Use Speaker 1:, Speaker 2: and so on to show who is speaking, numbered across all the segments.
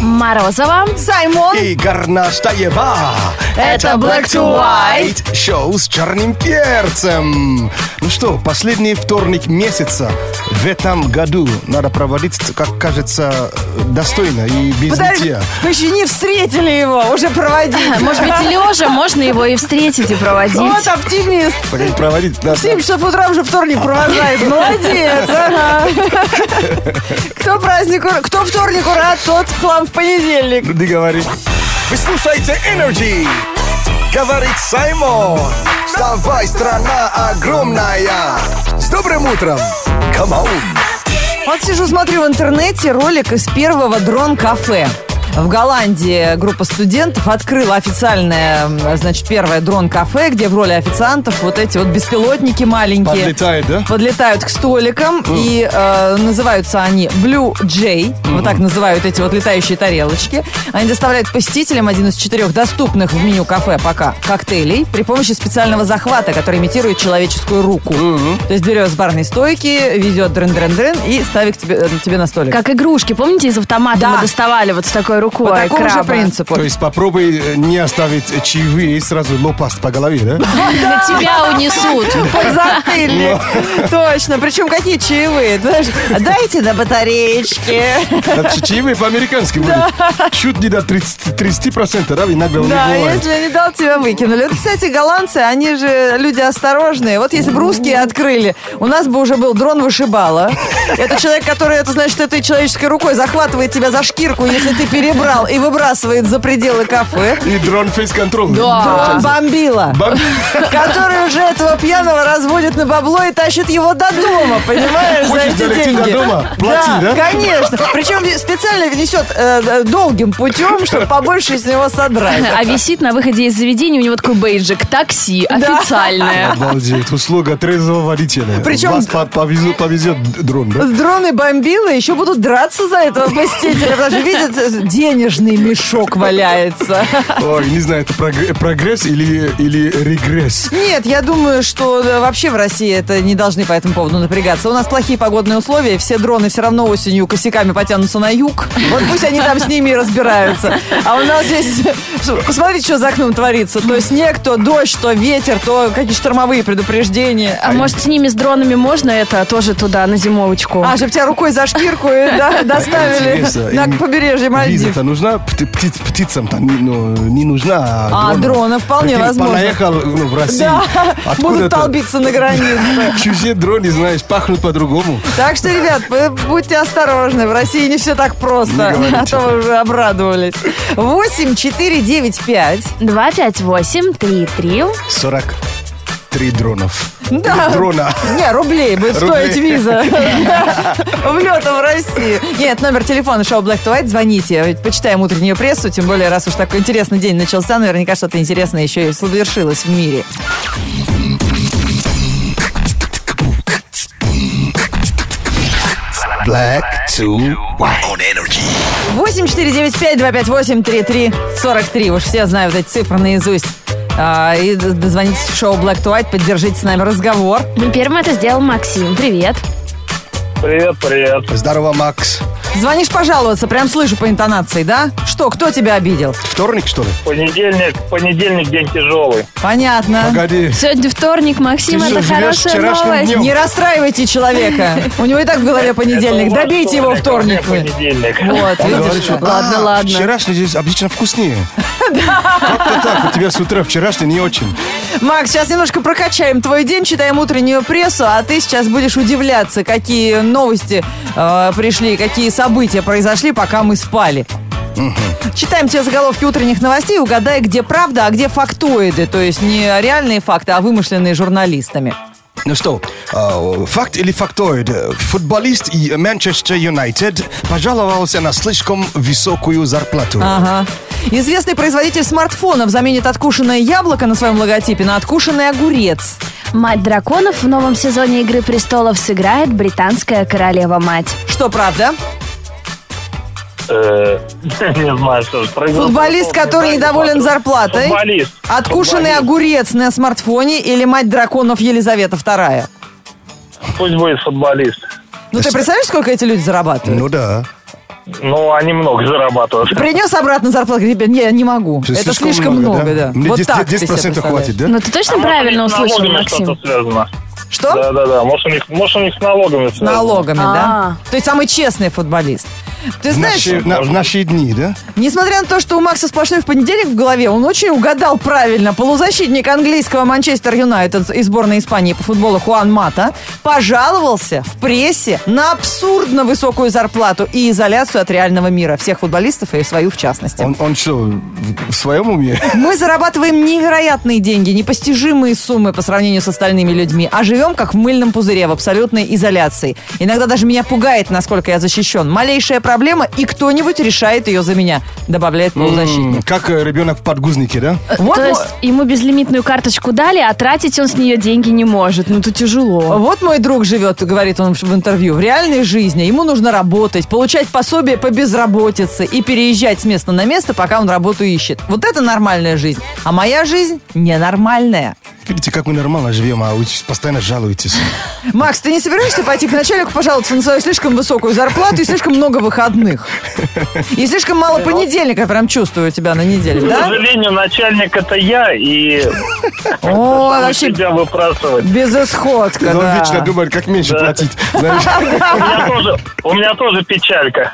Speaker 1: Морозова.
Speaker 2: Саймон.
Speaker 3: И Гарнаш Таева.
Speaker 1: Это Black to White.
Speaker 3: Шоу с черным перцем. Ну что, последний вторник месяца в этом году надо проводить, как кажется, достойно и без
Speaker 2: Подожди,
Speaker 3: нытья.
Speaker 2: мы еще не встретили его, уже проводили.
Speaker 1: Может быть, лежа можно его и встретить, и
Speaker 2: Вот
Speaker 1: проводить.
Speaker 2: оптимист.
Speaker 3: Погоди, Проводить
Speaker 2: В
Speaker 3: надо.
Speaker 2: 7 часов утра уже вторник провожает. Молодец, ага. Кто празднику, кто вторнику рад, тот план в понедельник.
Speaker 3: Ну, Не говори.
Speaker 4: Вы слушаете Energy.
Speaker 3: Говорит Саймон. Вставай, страна огромная. С добрым утром. Come on.
Speaker 2: Вот сижу, смотрю в интернете ролик из первого дрон-кафе. В Голландии группа студентов открыла официальное, м, значит, первое дрон-кафе, где в роли официантов вот эти вот беспилотники маленькие.
Speaker 3: Подлетает, да?
Speaker 2: Подлетают к столикам, и э, называются они Blue Jay, вот так называют эти вот летающие тарелочки. Они доставляют посетителям один из четырех доступных в меню кафе пока коктейлей при помощи специального захвата, который имитирует человеческую руку. То есть берешь с барной стойки, везет дрын-дрын-дрын и ставит к тебе, э, тебе на столик.
Speaker 1: Как игрушки, помните, из автомата
Speaker 2: Да.
Speaker 1: мы доставали вот с такой рукой
Speaker 2: По такому же
Speaker 1: краба?
Speaker 2: принципу.
Speaker 3: То есть попробуй э, не оставить э, чаевые и сразу лопасть по голове, да?
Speaker 1: На тебя унесут.
Speaker 2: Подзатыльник. Точно. Причем какие чаевые? Ты знаешь, Дайте на батареечки.
Speaker 3: Так что Чаевые по-американски будут. Чуть не до 30%, 30% да, иногда у них
Speaker 2: Да,
Speaker 3: бывает.
Speaker 2: если не дал, тебя выкинули. Вот, кстати, голландцы, они же люди осторожные. Вот если бы русские открыли, у нас бы уже был дрон вышибала. Это человек, который, это значит, этой человеческой рукой захватывает тебя за шкирку, если ты перебрал, и выбрасывает за пределы кафе.
Speaker 3: И дрон фейс-контроль.
Speaker 2: Дрон бомбила.
Speaker 3: Бам-
Speaker 2: который уже этого пьяного разводит на бабло и тащит его до дома, понимаешь, за
Speaker 3: Хочешь
Speaker 2: эти
Speaker 3: долететь
Speaker 2: деньги.
Speaker 3: до дома? Плати, да?
Speaker 2: конечно. Причем специально несет э, долгим путем, чтобы побольше из него содрать.
Speaker 1: А висит на выходе из заведения у него такой бейджик. Такси, официальное.
Speaker 3: Обалдеть, услуга трезвого водителя.
Speaker 2: Причем-
Speaker 3: Вас по- повезу- повезет дрон, да?
Speaker 2: Дроны бомбилы еще будут драться за этого посетителя, потому что видят, э, денежный мешок валяется.
Speaker 3: Ой, не знаю, это прогр- прогресс или, или регресс.
Speaker 2: Нет, я думаю, что э, вообще в России это не должны по этому поводу напрягаться. У нас плохие погодные условия, все дроны все равно осенью косяками потянутся на юг. Вот пусть они там с ними и разбираются. А у нас здесь... э, что- Посмотрите, что за окном творится. То снег, то дождь, то ветер, то какие штормовые предупреждения.
Speaker 1: А может, с ними, с дронами можно это тоже туда, на зимовочку?
Speaker 2: А, чтобы тебя рукой за шкирку э, да, доставили
Speaker 3: Интересно,
Speaker 2: на
Speaker 3: им
Speaker 2: побережье Мальдив.
Speaker 3: Виза-то нужна? Пти- пти- Птицам-то не, ну, не нужна, а,
Speaker 2: А, дрона вполне
Speaker 3: Прикинь,
Speaker 2: возможно.
Speaker 3: Понаехал ну, в Россию.
Speaker 2: Да,
Speaker 3: Откуда
Speaker 2: будут
Speaker 3: это?
Speaker 2: толбиться на границе.
Speaker 3: Чужие дроны, знаешь, пахнут по-другому.
Speaker 2: Так что, ребят, вы будьте осторожны, в России не все так просто,
Speaker 3: Не говорите.
Speaker 2: а то вы уже обрадовались. 8 4 9 5.
Speaker 1: 2, 5, 8, 3, 3.
Speaker 3: 43 дронов.
Speaker 2: Да.
Speaker 3: Дрона.
Speaker 2: Не, рублей будет
Speaker 3: Рублей.
Speaker 2: стоить виза. Влета в Россию. Нет, номер телефона шоу Black to White, звоните. Ведь Почитаем утреннюю прессу, тем более, раз уж такой интересный день начался, наверняка что-то интересное еще и совершилось в мире.
Speaker 3: Black to white.
Speaker 2: 8495-258-3343. Уж все знают эти цифры наизусть. А, и д- дозвонитесь в шоу Black to White, поддержите с нами разговор.
Speaker 1: Ну, первым это сделал Максим. Привет.
Speaker 5: Привет, привет.
Speaker 3: Здорово, Макс.
Speaker 2: Звонишь пожаловаться, прям слышу по интонации, да? Что, кто тебя обидел?
Speaker 3: Вторник, что ли?
Speaker 5: Понедельник, понедельник день тяжелый.
Speaker 2: Понятно.
Speaker 3: Погоди.
Speaker 1: Сегодня вторник, Максим,
Speaker 3: Ты что,
Speaker 1: это
Speaker 3: живешь
Speaker 1: хорошая
Speaker 3: вчерашним
Speaker 1: новость.
Speaker 3: днем?
Speaker 2: Не расстраивайте человека. У него и так в голове понедельник.
Speaker 5: Это у вас
Speaker 2: Добейте его вторник.
Speaker 5: вторник, а у
Speaker 2: вы.
Speaker 5: меня Понедельник.
Speaker 2: Вот,
Speaker 3: Он говорит,
Speaker 2: видишь?
Speaker 3: что,
Speaker 2: Ну, Ладно,
Speaker 3: «А,
Speaker 2: ладно.
Speaker 3: Вчерашний здесь обычно вкуснее. Как-то так, у тебя с утра вчерашний не очень.
Speaker 2: Макс, сейчас немножко прокачаем твой день, читаем утреннюю прессу, а ты сейчас будешь удивляться, какие новости э, пришли, какие события произошли, пока мы спали. Читаем тебе заголовки утренних новостей, угадай, где правда, а где фактоиды, то есть не реальные факты, а вымышленные журналистами.
Speaker 3: Ну что, а, факт или фактоид? Футболист и Манчестер Юнайтед пожаловался на слишком высокую зарплату.
Speaker 2: Ага. Известный производитель смартфонов заменит откушенное яблоко на своем логотипе на откушенный огурец.
Speaker 1: Мать драконов в новом сезоне «Игры престолов» сыграет британская королева-мать.
Speaker 2: Что правда?
Speaker 5: Э, Не знаю, что же. произошло.
Speaker 2: Футболист, который
Speaker 5: Не знаю,
Speaker 2: недоволен
Speaker 5: не смотрю.
Speaker 2: зарплатой.
Speaker 5: Футболист.
Speaker 2: Откушенный
Speaker 5: Футболист.
Speaker 2: огурец на смартфоне или мать драконов Елизавета II?
Speaker 5: Пусть будет футболист.
Speaker 2: Ну, ты представляешь, сколько эти люди зарабатывают?
Speaker 3: Ну да.
Speaker 5: Ну, они много зарабатывают.
Speaker 2: Принес обратно зарплату, говорит, ребят, не, не могу.
Speaker 3: Что,
Speaker 2: это слишком много, да.
Speaker 3: Мне
Speaker 2: вот
Speaker 3: 10,
Speaker 2: так
Speaker 3: 10%
Speaker 2: ты себе
Speaker 3: хватит, да?
Speaker 1: Ну, ты
Speaker 5: А
Speaker 1: точно правильно
Speaker 5: Может, у них с
Speaker 1: услышал,
Speaker 5: налогами
Speaker 1: Максим?
Speaker 5: что-то связано.
Speaker 2: представляешь. Что?
Speaker 5: Да, да, да. Может, у них, может, у них с налогами
Speaker 2: С
Speaker 5: связано.
Speaker 2: налогами, да?
Speaker 1: А.
Speaker 2: То есть самый честный футболист. Ты
Speaker 3: В
Speaker 2: знаешь,
Speaker 3: наши- на- в наши дни, да?
Speaker 2: Несмотря на то, что у Макса сплошной в понедельник в голове, он очень угадал правильно. Полузащитник английского Манчестер Юнайтед и сборной Испании по футболу Хуан Мата пожаловался в прессе на абсурдно высокую зарплату и изоляцию от реального мира. Всех футболистов и свою в частности.
Speaker 3: Он, он что, в, в своем уме?
Speaker 2: Мы зарабатываем невероятные деньги, непостижимые суммы по сравнению с остальными людьми, а живем как в мыльном пузыре, в абсолютной изоляции. Иногда даже меня пугает, насколько я защищен. Малейшая проблема, и кто-нибудь решает ее за меня, добавляет полузащитник.
Speaker 3: М, Как э, ребенок в подгузнике, да?
Speaker 2: Вот,
Speaker 1: То
Speaker 2: мо-
Speaker 1: есть ему безлимитную карточку дали, а тратить он с нее деньги не может. Ну, тут тяжело.
Speaker 2: вот мой друг живет, говорит он в интервью, в реальной жизни. Ему нужно работать, получать пособие по безработице и переезжать с места на место, пока он работу ищет. Вот это нормальная жизнь. А моя жизнь ненормальная.
Speaker 3: Видите, как мы нормально живем, а вы постоянно жалуетесь.
Speaker 2: Макс, ты не собираешься пойти к начальнику, пожаловаться на свою слишком высокую зарплату и слишком много выходных? И слишком мало понедельника, прям чувствую тебя на неделе,
Speaker 5: К
Speaker 2: да?
Speaker 5: сожалению, начальник это я, и
Speaker 2: О, вообще
Speaker 5: тебя выбрасывать.
Speaker 2: безысходка,
Speaker 3: Ну, Он
Speaker 2: да.
Speaker 3: вечно думает, как меньше
Speaker 5: Да.
Speaker 3: платить. Знаешь?
Speaker 5: У меня тоже, у меня тоже печалька.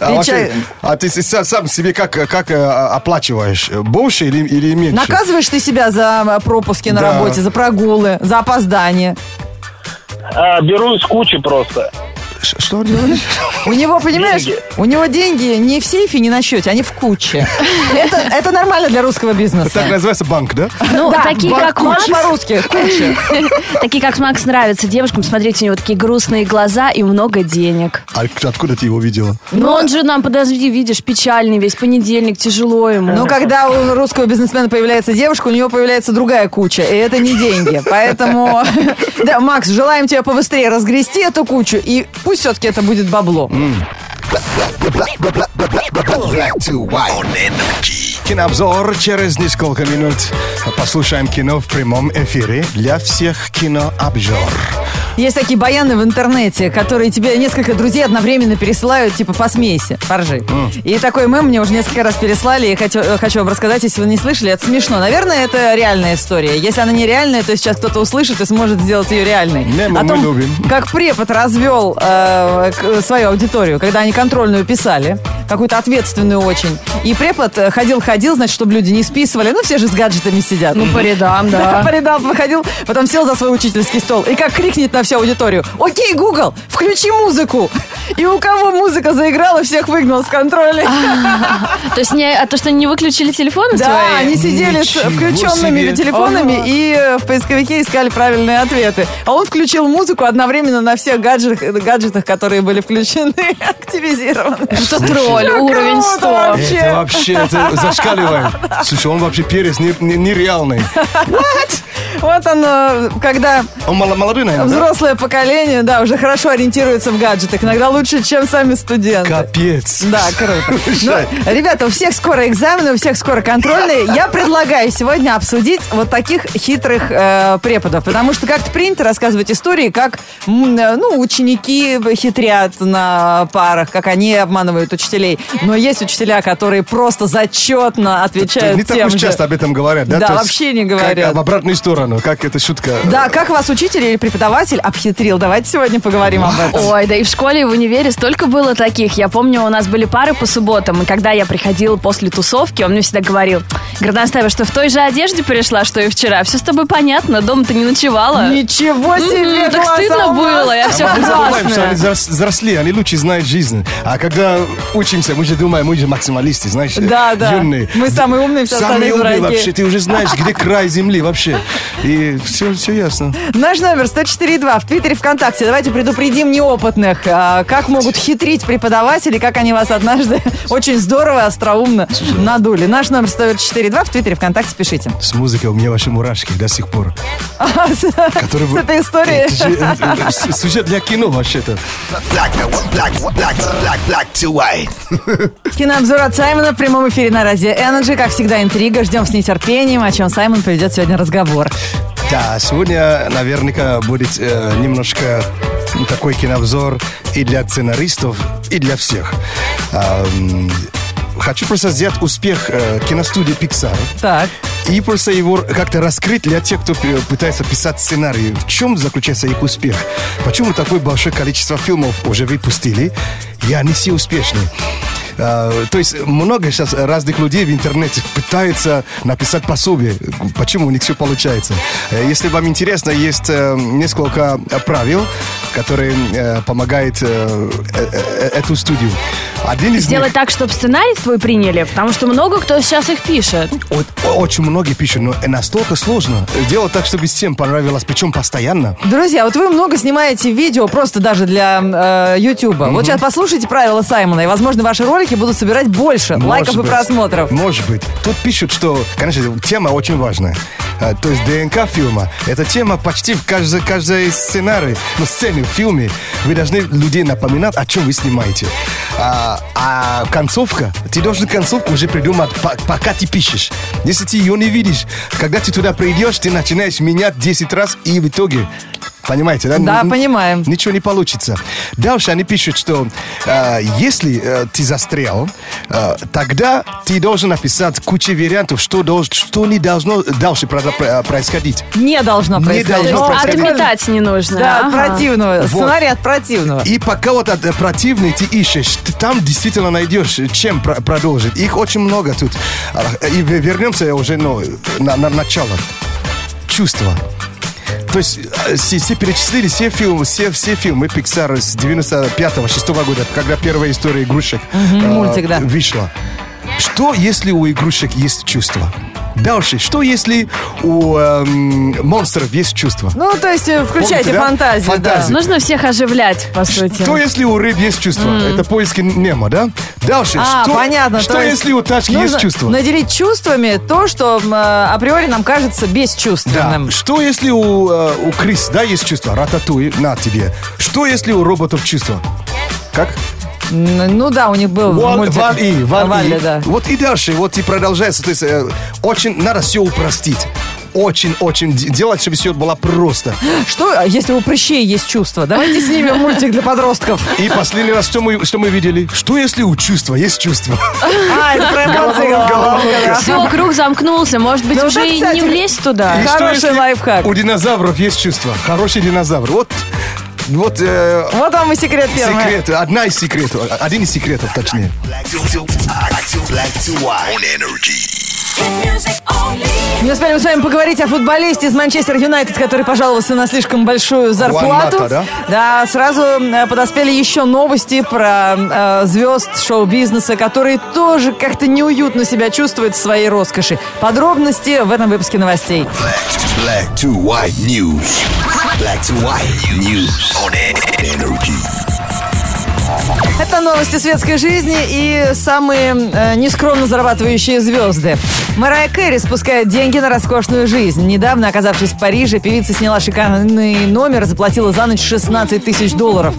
Speaker 3: А,
Speaker 2: И
Speaker 3: вообще,
Speaker 2: чай-
Speaker 3: а ты с- сам, сам себе как, как э, оплачиваешь? Больше или, или меньше?
Speaker 2: Наказываешь ты себя за пропуски на
Speaker 3: Да.
Speaker 2: работе, за прогулы, за опоздание.
Speaker 5: А, беру из кучи просто.
Speaker 3: Ш- Что делаешь?
Speaker 2: У него, понимаешь,
Speaker 5: Деньги.
Speaker 2: у него деньги не в сейфе, не на счете, они в куче. Это, это нормально для русского
Speaker 3: Так
Speaker 2: бизнеса.
Speaker 3: называется банк, да?
Speaker 1: Ну,
Speaker 2: Э, Да,
Speaker 1: такие, как
Speaker 2: куча
Speaker 1: Макс,
Speaker 2: по-русски, куча.
Speaker 1: такие, как Макс, нравятся девушкам. Смотрите, у него такие грустные глаза и много денег.
Speaker 3: А к- откуда ты его видела?
Speaker 1: Но он же нам, подожди, видишь, печальный весь понедельник, тяжело ему.
Speaker 2: Ну, когда у русского бизнесмена появляется девушка, у него появляется другая куча, и это не деньги. Поэтому, да, Макс, желаем тебе побыстрее разгрести эту кучу, и пусть все-таки это будет бабло.
Speaker 3: Кинообзор через несколько минут. Послушаем кино в прямом эфире для всех кинообзор.
Speaker 2: Есть такие баяны в интернете, которые тебе несколько друзей одновременно пересылают, типа «посмейся, поржи». И такой мем мне уже несколько раз переслали, и хочу, э, хочу вам рассказать, если вы не слышали, это смешно. Наверное, это реальная история. Если она не реальная, то сейчас кто-то услышит и сможет сделать ее реальной.
Speaker 3: Мемы
Speaker 2: О
Speaker 3: мы
Speaker 2: том,
Speaker 3: любим.
Speaker 2: как препод развел э, к- свою аудиторию, когда они контрольную писали, какую-то ответственную очень. И препод э, ходил-ходил, значит, чтобы люди не списывали. Ну, все же с гаджетами сидят.
Speaker 1: Ну, по рядам, да.
Speaker 2: По рядам выходил, потом сел за свой учительский стол и как крикнет на всю аудиторию. Окей, Google, включи музыку. И у кого музыка заиграла, всех выгнал с контроля.
Speaker 1: А, То есть не, а то, что они не выключили телефоны
Speaker 2: Да,
Speaker 1: свои?
Speaker 2: они сидели с
Speaker 3: Ничего
Speaker 2: включенными
Speaker 3: себе.
Speaker 2: телефонами
Speaker 1: Ага.
Speaker 2: и э, в поисковике искали правильные ответы. А он включил музыку одновременно на всех гаджетах, гаджетах которые были включены, активизированы.
Speaker 1: Что Ну, тролль, уровень
Speaker 2: круто
Speaker 1: 100.
Speaker 2: вообще.
Speaker 3: Это вообще это зашкаливает. Слушай, он вообще перец не- не- нереальный.
Speaker 2: Вот оно, когда
Speaker 3: Он мало- молодой, наверное, да?
Speaker 2: взрослое поколение, да, уже хорошо ориентируется в гаджетах, иногда лучше, чем сами студенты.
Speaker 3: Капец.
Speaker 2: Да, круто. Ну, ребята, у всех скоро экзамены, у всех скоро контрольные. Я предлагаю сегодня обсудить вот таких хитрых э, преподов, потому что как-то принято рассказывать истории, как м, э, ну, ученики хитрят на парах, как они обманывают учителей. Но есть учителя, которые просто зачетно отвечают
Speaker 3: Не так
Speaker 2: тем
Speaker 3: уж
Speaker 2: же.
Speaker 3: часто об этом говорят, да?
Speaker 2: Да,
Speaker 3: То есть
Speaker 2: вообще не
Speaker 3: как
Speaker 2: говорят.
Speaker 3: В обратную сторону, как эта шутка.
Speaker 2: Да, как вас учитель или преподаватель обхитрил? Давайте сегодня поговорим об этом.
Speaker 1: Ой, да и в школе, и в универе столько было таких. Я помню, у нас были пары по субботам, и когда я приходила после тусовки, он мне всегда говорил, Гордонстаева, что в той же одежде пришла, что и вчера. Все с тобой понятно, дома ты не ночевала.
Speaker 2: Ничего себе!
Speaker 1: М-м, так
Speaker 2: глаза
Speaker 1: стыдно
Speaker 2: у вас!
Speaker 1: было, я все
Speaker 3: Мы забываем, что они
Speaker 1: классная.
Speaker 3: взрос- взросли, они лучше знают жизнь. А когда учимся, мы же думаем, мы же максималисты, знаешь,
Speaker 2: Да,
Speaker 3: э,
Speaker 2: да.
Speaker 3: юные.
Speaker 2: Мы самые умные, все
Speaker 3: Самые
Speaker 2: остальные
Speaker 3: умные
Speaker 2: дураки.
Speaker 3: вообще, ты уже знаешь, где край земли вообще. И все, все ясно.
Speaker 2: Наш номер 104.2 в Твиттере ВКонтакте. Давайте предупредим неопытных, а, как могут хитрить преподаватели, как они вас однажды очень здорово, остроумно надули. Наш номер 104.2 в Твиттере ВКонтакте пишите.
Speaker 3: С музыкой у меня ваши мурашки до сих пор. Который
Speaker 2: С
Speaker 3: вы-
Speaker 2: этой историей.
Speaker 3: Это же, э, э, с- Сюжет для кино вообще-то.
Speaker 4: Black, black, black, black, black to white.
Speaker 2: Кинообзор от Саймона в прямом эфире на радио Energy. Как всегда, интрига. Ждем с нетерпением, о чем Саймон поведет сегодня разговор.
Speaker 3: Да, сегодня наверняка будет э, немножко такой кинообзор и для сценаристов, и для всех. Ам, Хочу просто взять успех э, киностудии Pixar
Speaker 2: Так.
Speaker 3: и просто его как-то раскрыть для тех, кто пи- пытается писать сценарии. В чем заключается их успех? Почему такое большое количество фильмов уже выпустили, и они все успешны? Э, То есть много сейчас разных людей в интернете пытаются написать пособие, почему у них все получается. Э, Если вам интересно, есть э, несколько э, правил, которые э, помогают э, э, э, эту студию. Один из них...
Speaker 1: Сделать так, чтобы сценарий твой приняли, потому что много кто сейчас их пишет.
Speaker 3: Вот очень многие пишут, но настолько сложно сделать так, чтобы всем понравилось, причем постоянно.
Speaker 2: Друзья, вот вы много снимаете видео просто даже для э, Ютуба. Вот сейчас послушайте правила Саймона, и, возможно, ваши ролики будут собирать больше лайков
Speaker 3: Может
Speaker 2: и
Speaker 3: быть.
Speaker 2: просмотров.
Speaker 3: Может быть. Тут пишут, что, конечно, тема очень важная. А, То есть ДНК фильма. Эта тема почти в каждой, каждой сценарии, ну, сцене в фильме. Вы должны людей напоминать, о чем вы снимаете. А, а концовка, ты должен концовку уже придумать, по- пока ты пишешь. Если ты ее не видишь, когда ты туда придешь, ты начинаешь менять 10 раз, и в итоге, понимаете, да? Ну,
Speaker 2: Да,
Speaker 3: Н- н-
Speaker 2: понимаем.
Speaker 3: ничего не получится. Дальше они пишут, что э, если э, ты застрял, э, тогда ты должен написать кучу вариантов, что, долж- что не должно дальше про- про- происходить.
Speaker 2: Не должно
Speaker 3: Не
Speaker 2: происходить.
Speaker 3: должно
Speaker 2: Ну,
Speaker 1: Ну,
Speaker 3: просто
Speaker 1: отметать не нужно.
Speaker 2: Да, от
Speaker 1: Ага.
Speaker 2: противного. Сценарий от противного.
Speaker 3: И пока вот от э, противный ты ищешь, ты там действительно найдешь, э, чем про- продолжить. Их очень много тут. А, И в- вернемся уже ну, на, на начало. Чувства. То есть э, все, все перечислили все фильмы, все, все фильмы Pixar с 95-6 года, когда первая история игрушек э,
Speaker 2: мультик, да.
Speaker 3: вышла. Что, если у игрушек есть чувства? Дальше, что, если у эм, монстров есть чувства?
Speaker 2: Ну, то есть э, включайте
Speaker 3: Помните, да?
Speaker 2: фантазию.
Speaker 3: Фантазию.
Speaker 1: Нужно всех оживлять, по сути.
Speaker 3: Что если у рыб есть чувство? Это поиски Немо, да? Дальше.
Speaker 2: А,
Speaker 3: что,
Speaker 2: понятно.
Speaker 3: Что
Speaker 2: то есть
Speaker 3: если у тачки
Speaker 2: нужно
Speaker 3: есть чувство?
Speaker 2: Наделить чувствами то, что м, э, априори нам кажется
Speaker 3: Да.
Speaker 2: бесчувственным.
Speaker 3: Что если у, э, у крыс, да, есть чувство? Рататуй, на тебе. Что если у роботов чувство? Как?
Speaker 2: Н- Ну да, у них был
Speaker 3: Ван,
Speaker 2: мультик.
Speaker 3: Ван И, Ван
Speaker 2: Ван
Speaker 3: И.
Speaker 2: Ли, да.
Speaker 3: Вот и дальше, вот и продолжается. То есть э, очень надо все упростить. Очень-очень де- делать, чтобы все было просто.
Speaker 2: Что, а если у прыщей есть чувство? Давайте снимем мультик для подростков.
Speaker 3: И последний раз, что мы, что мы видели? Что если у чувства есть чувство?
Speaker 2: А, это про эмоции.
Speaker 3: Головоломка.
Speaker 1: Все, круг замкнулся. Может быть,
Speaker 2: Да
Speaker 1: уже
Speaker 2: вот,
Speaker 1: и
Speaker 2: кстати,
Speaker 1: не влезть туда.
Speaker 3: И что,
Speaker 2: Хороший
Speaker 3: если
Speaker 2: лайфхак.
Speaker 3: У динозавров есть чувство. Хороший динозавр. Вот, вот э,
Speaker 2: Вот вам и секрет первый.
Speaker 3: секрет. Одна из секретов. Один из секретов, точнее.
Speaker 4: Black to, to, black to, black to white. On energy.
Speaker 2: Не успели мы с вами поговорить о футболисте из Манчестер Юнайтед, который пожаловался на слишком большую зарплату.
Speaker 3: Уан Мата, да?
Speaker 2: Да, сразу э, подоспели еще новости про э, звезд шоу-бизнеса, которые тоже как-то неуютно себя чувствуют в своей роскоши. Подробности в этом выпуске новостей.
Speaker 4: Black to, black to white news. Black to white news. On energy.
Speaker 2: Это новости светской жизни и самые э, нескромно зарабатывающие звезды. Марая Кэрри спускает деньги на роскошную жизнь. Недавно, оказавшись в Париже, певица сняла шикарный номер и заплатила за ночь 16 тысяч долларов.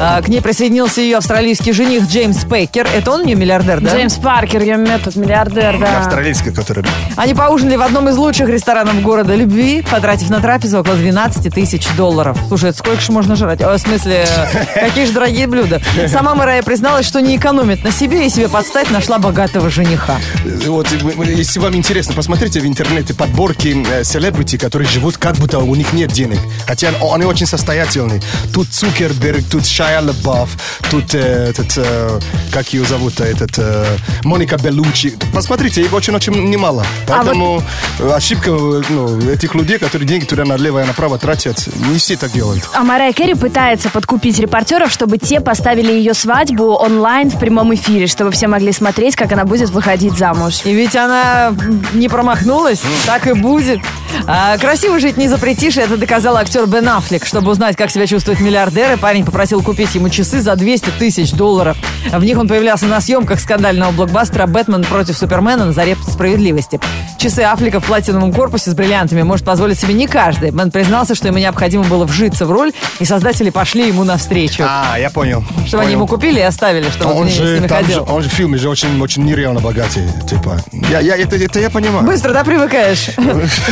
Speaker 2: А, к ней присоединился ее австралийский жених Джеймс Пейкер. Это он не миллиардер, да?
Speaker 1: Джеймс Паркер, я метод, миллиардер, да.
Speaker 3: Австралийская, которая...
Speaker 2: Они поужинали в одном из лучших ресторанов города любви, потратив на трапезу около 12 тысяч долларов. Слушай, это сколько же можно жрать? Э, В смысле, э, какие же дорогие блюда. Сама Марая призналась, что не экономит на себе и себе подстать нашла богатого жениха.
Speaker 3: Э, Вот, и мы- если вам интересно, посмотрите в интернете подборки э, селебрити, которые живут, как будто у них нет денег. Хотя о- они очень состоятельны. Тут Цукерберг, тут Шайа Лабаф, тут э, этот, э, как ее зовут, э, этот, э, Моника Беллучи. Посмотрите, их очень-очень
Speaker 2: А
Speaker 3: немало. Поэтому э, ошибка э, ну, этих людей, которые деньги туда налево и направо тратят, не все так делают.
Speaker 1: А Марая Керри пытается подкупить репортеров, чтобы те поставили ее свадьбу онлайн в прямом эфире, чтобы все могли смотреть, как она будет выходить замуж.
Speaker 2: И ведь она не промахнулась, так и будет. А, красиво жить не запретишь, это доказал актер Бен Аффлек. Чтобы узнать, как себя чувствуют миллиардеры, парень попросил купить ему часы за 200 тысяч долларов. В них он появлялся на съемках скандального блокбастера «Бэтмен против Супермена» на заре справедливости. Часы Афлика в платиновом корпусе с бриллиантами может позволить себе не каждый. Бен признался, что ему необходимо было вжиться в роль, и создатели пошли ему навстречу.
Speaker 3: А, я понял.
Speaker 2: Чтобы они
Speaker 3: Понял.
Speaker 2: ему купили и оставили, чтобы он,
Speaker 3: он
Speaker 2: не- с
Speaker 3: же,
Speaker 2: ними
Speaker 3: там же,
Speaker 2: ходил.
Speaker 3: он же в фильме же очень, очень нереально богатый, типа. Я, я, это, это я понимаю.
Speaker 2: Быстро, да, привыкаешь?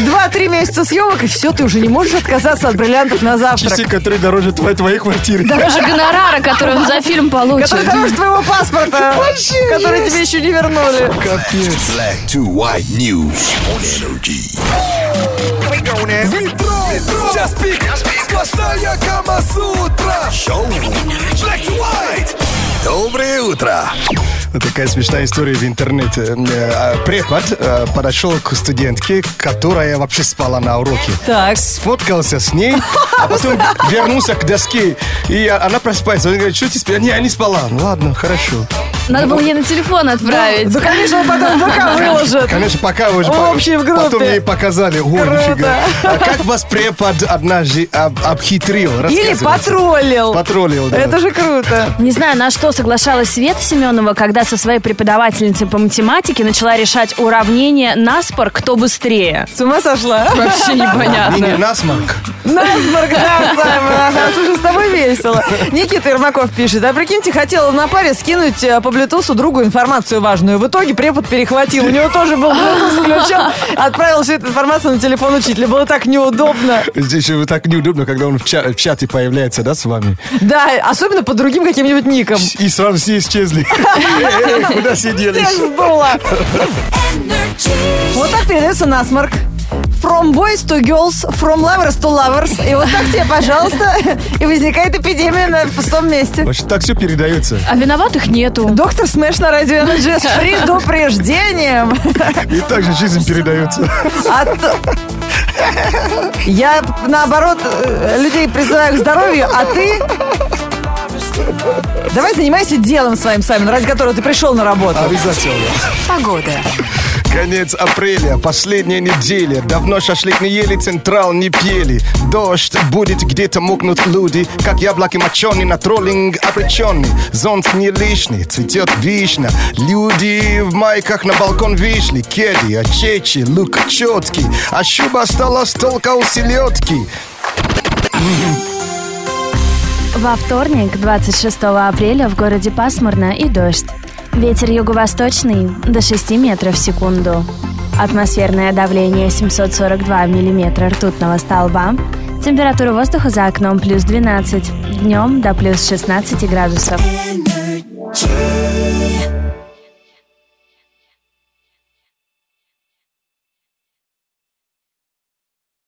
Speaker 2: Два-три месяца съемок, и все, ты уже не можешь отказаться от бриллиантов на завтрак.
Speaker 3: Часы, которые дороже твоей, твоей квартиры.
Speaker 1: Даже гонорара, который он за фильм получит.
Speaker 2: Который дороже твоего паспорта, который тебе еще не вернули.
Speaker 3: Капец.
Speaker 4: Black to white news on energy. Шоу. Доброе утро.
Speaker 3: Вот Такая смешная история в интернете. Э, э, Препод э, подошел к студентке, которая вообще спала на уроке.
Speaker 2: Так.
Speaker 3: Сфоткался с ней, а потом вернулся к доске. И а, она просыпается. Он говорит, что ты спишь? Не, я не спала. Ну ладно, хорошо.
Speaker 1: Надо было ей на телефон отправить.
Speaker 2: Да, конечно, он потом пока выложит.
Speaker 3: Конечно, пока вы же
Speaker 2: В
Speaker 3: по-
Speaker 2: общей в группе.
Speaker 3: потом ей показали. Ой,
Speaker 2: Круто.
Speaker 3: нифига. А как вас препод однажды об- обхитрил?
Speaker 2: Или
Speaker 3: Рассказывайте.
Speaker 2: потроллил.
Speaker 3: Потроллил, да.
Speaker 2: Это же круто.
Speaker 1: Не знаю, на что соглашалась Света Семенова, когда со своей преподавательницей по математике начала решать уравнение на спор, кто быстрее.
Speaker 2: С ума сошла?
Speaker 1: Вообще непонятно.
Speaker 3: Мини насморк.
Speaker 2: Насморк, да, Саймон. Ага, Слушай, с тобой весело. Никита Ермаков пишет. А прикиньте, хотела на паре скинуть э, по блютусу другу информацию важную. В итоге препод перехватил. У него тоже был блютус включен. Отправил всю эту информацию на телефон учителя. Было так неудобно.
Speaker 3: Здесь же так неудобно, когда он в, ча- в чате появляется, да, с вами?
Speaker 2: Да, особенно под другим каким-нибудь ником.
Speaker 3: И сразу все исчезли. Эй, Куда сидели?
Speaker 2: Всех сдуло. Вот так передается насморк. From boys to girls, from lovers to lovers. И вот так тебе, пожалуйста, и возникает эпидемия на пустом месте.
Speaker 3: Вообще так все передается.
Speaker 1: А виноватых нету.
Speaker 2: Доктор Смэш на радио Energy с предупреждением
Speaker 3: И так же жизнь передается.
Speaker 2: от... Я, наоборот, э, людей призываю к здоровью, а ты... Давай занимайся делом своим, Саймон, ради которого ты пришел на работу.
Speaker 3: Обязательно.
Speaker 6: Погода.
Speaker 3: Конец апреля, последняя неделя. Давно шашлык не ели, централ не пели. Дождь будет, где-то мокнут люди, как яблоки моченые, на троллинг обреченный. Зонт не лишний, цветет вишня. Люди в майках на балкон вышли. Кеди, очечи, лук четкий, а шуба осталась только у селедки.
Speaker 1: Во вторник, 26 апреля, в городе пасмурно и дождь. Ветер юго-восточный до 6 метров в секунду. Атмосферное давление 742 миллиметра ртутного столба. Температура воздуха за окном плюс 12. Днем до плюс 16 градусов.
Speaker 6: Energy.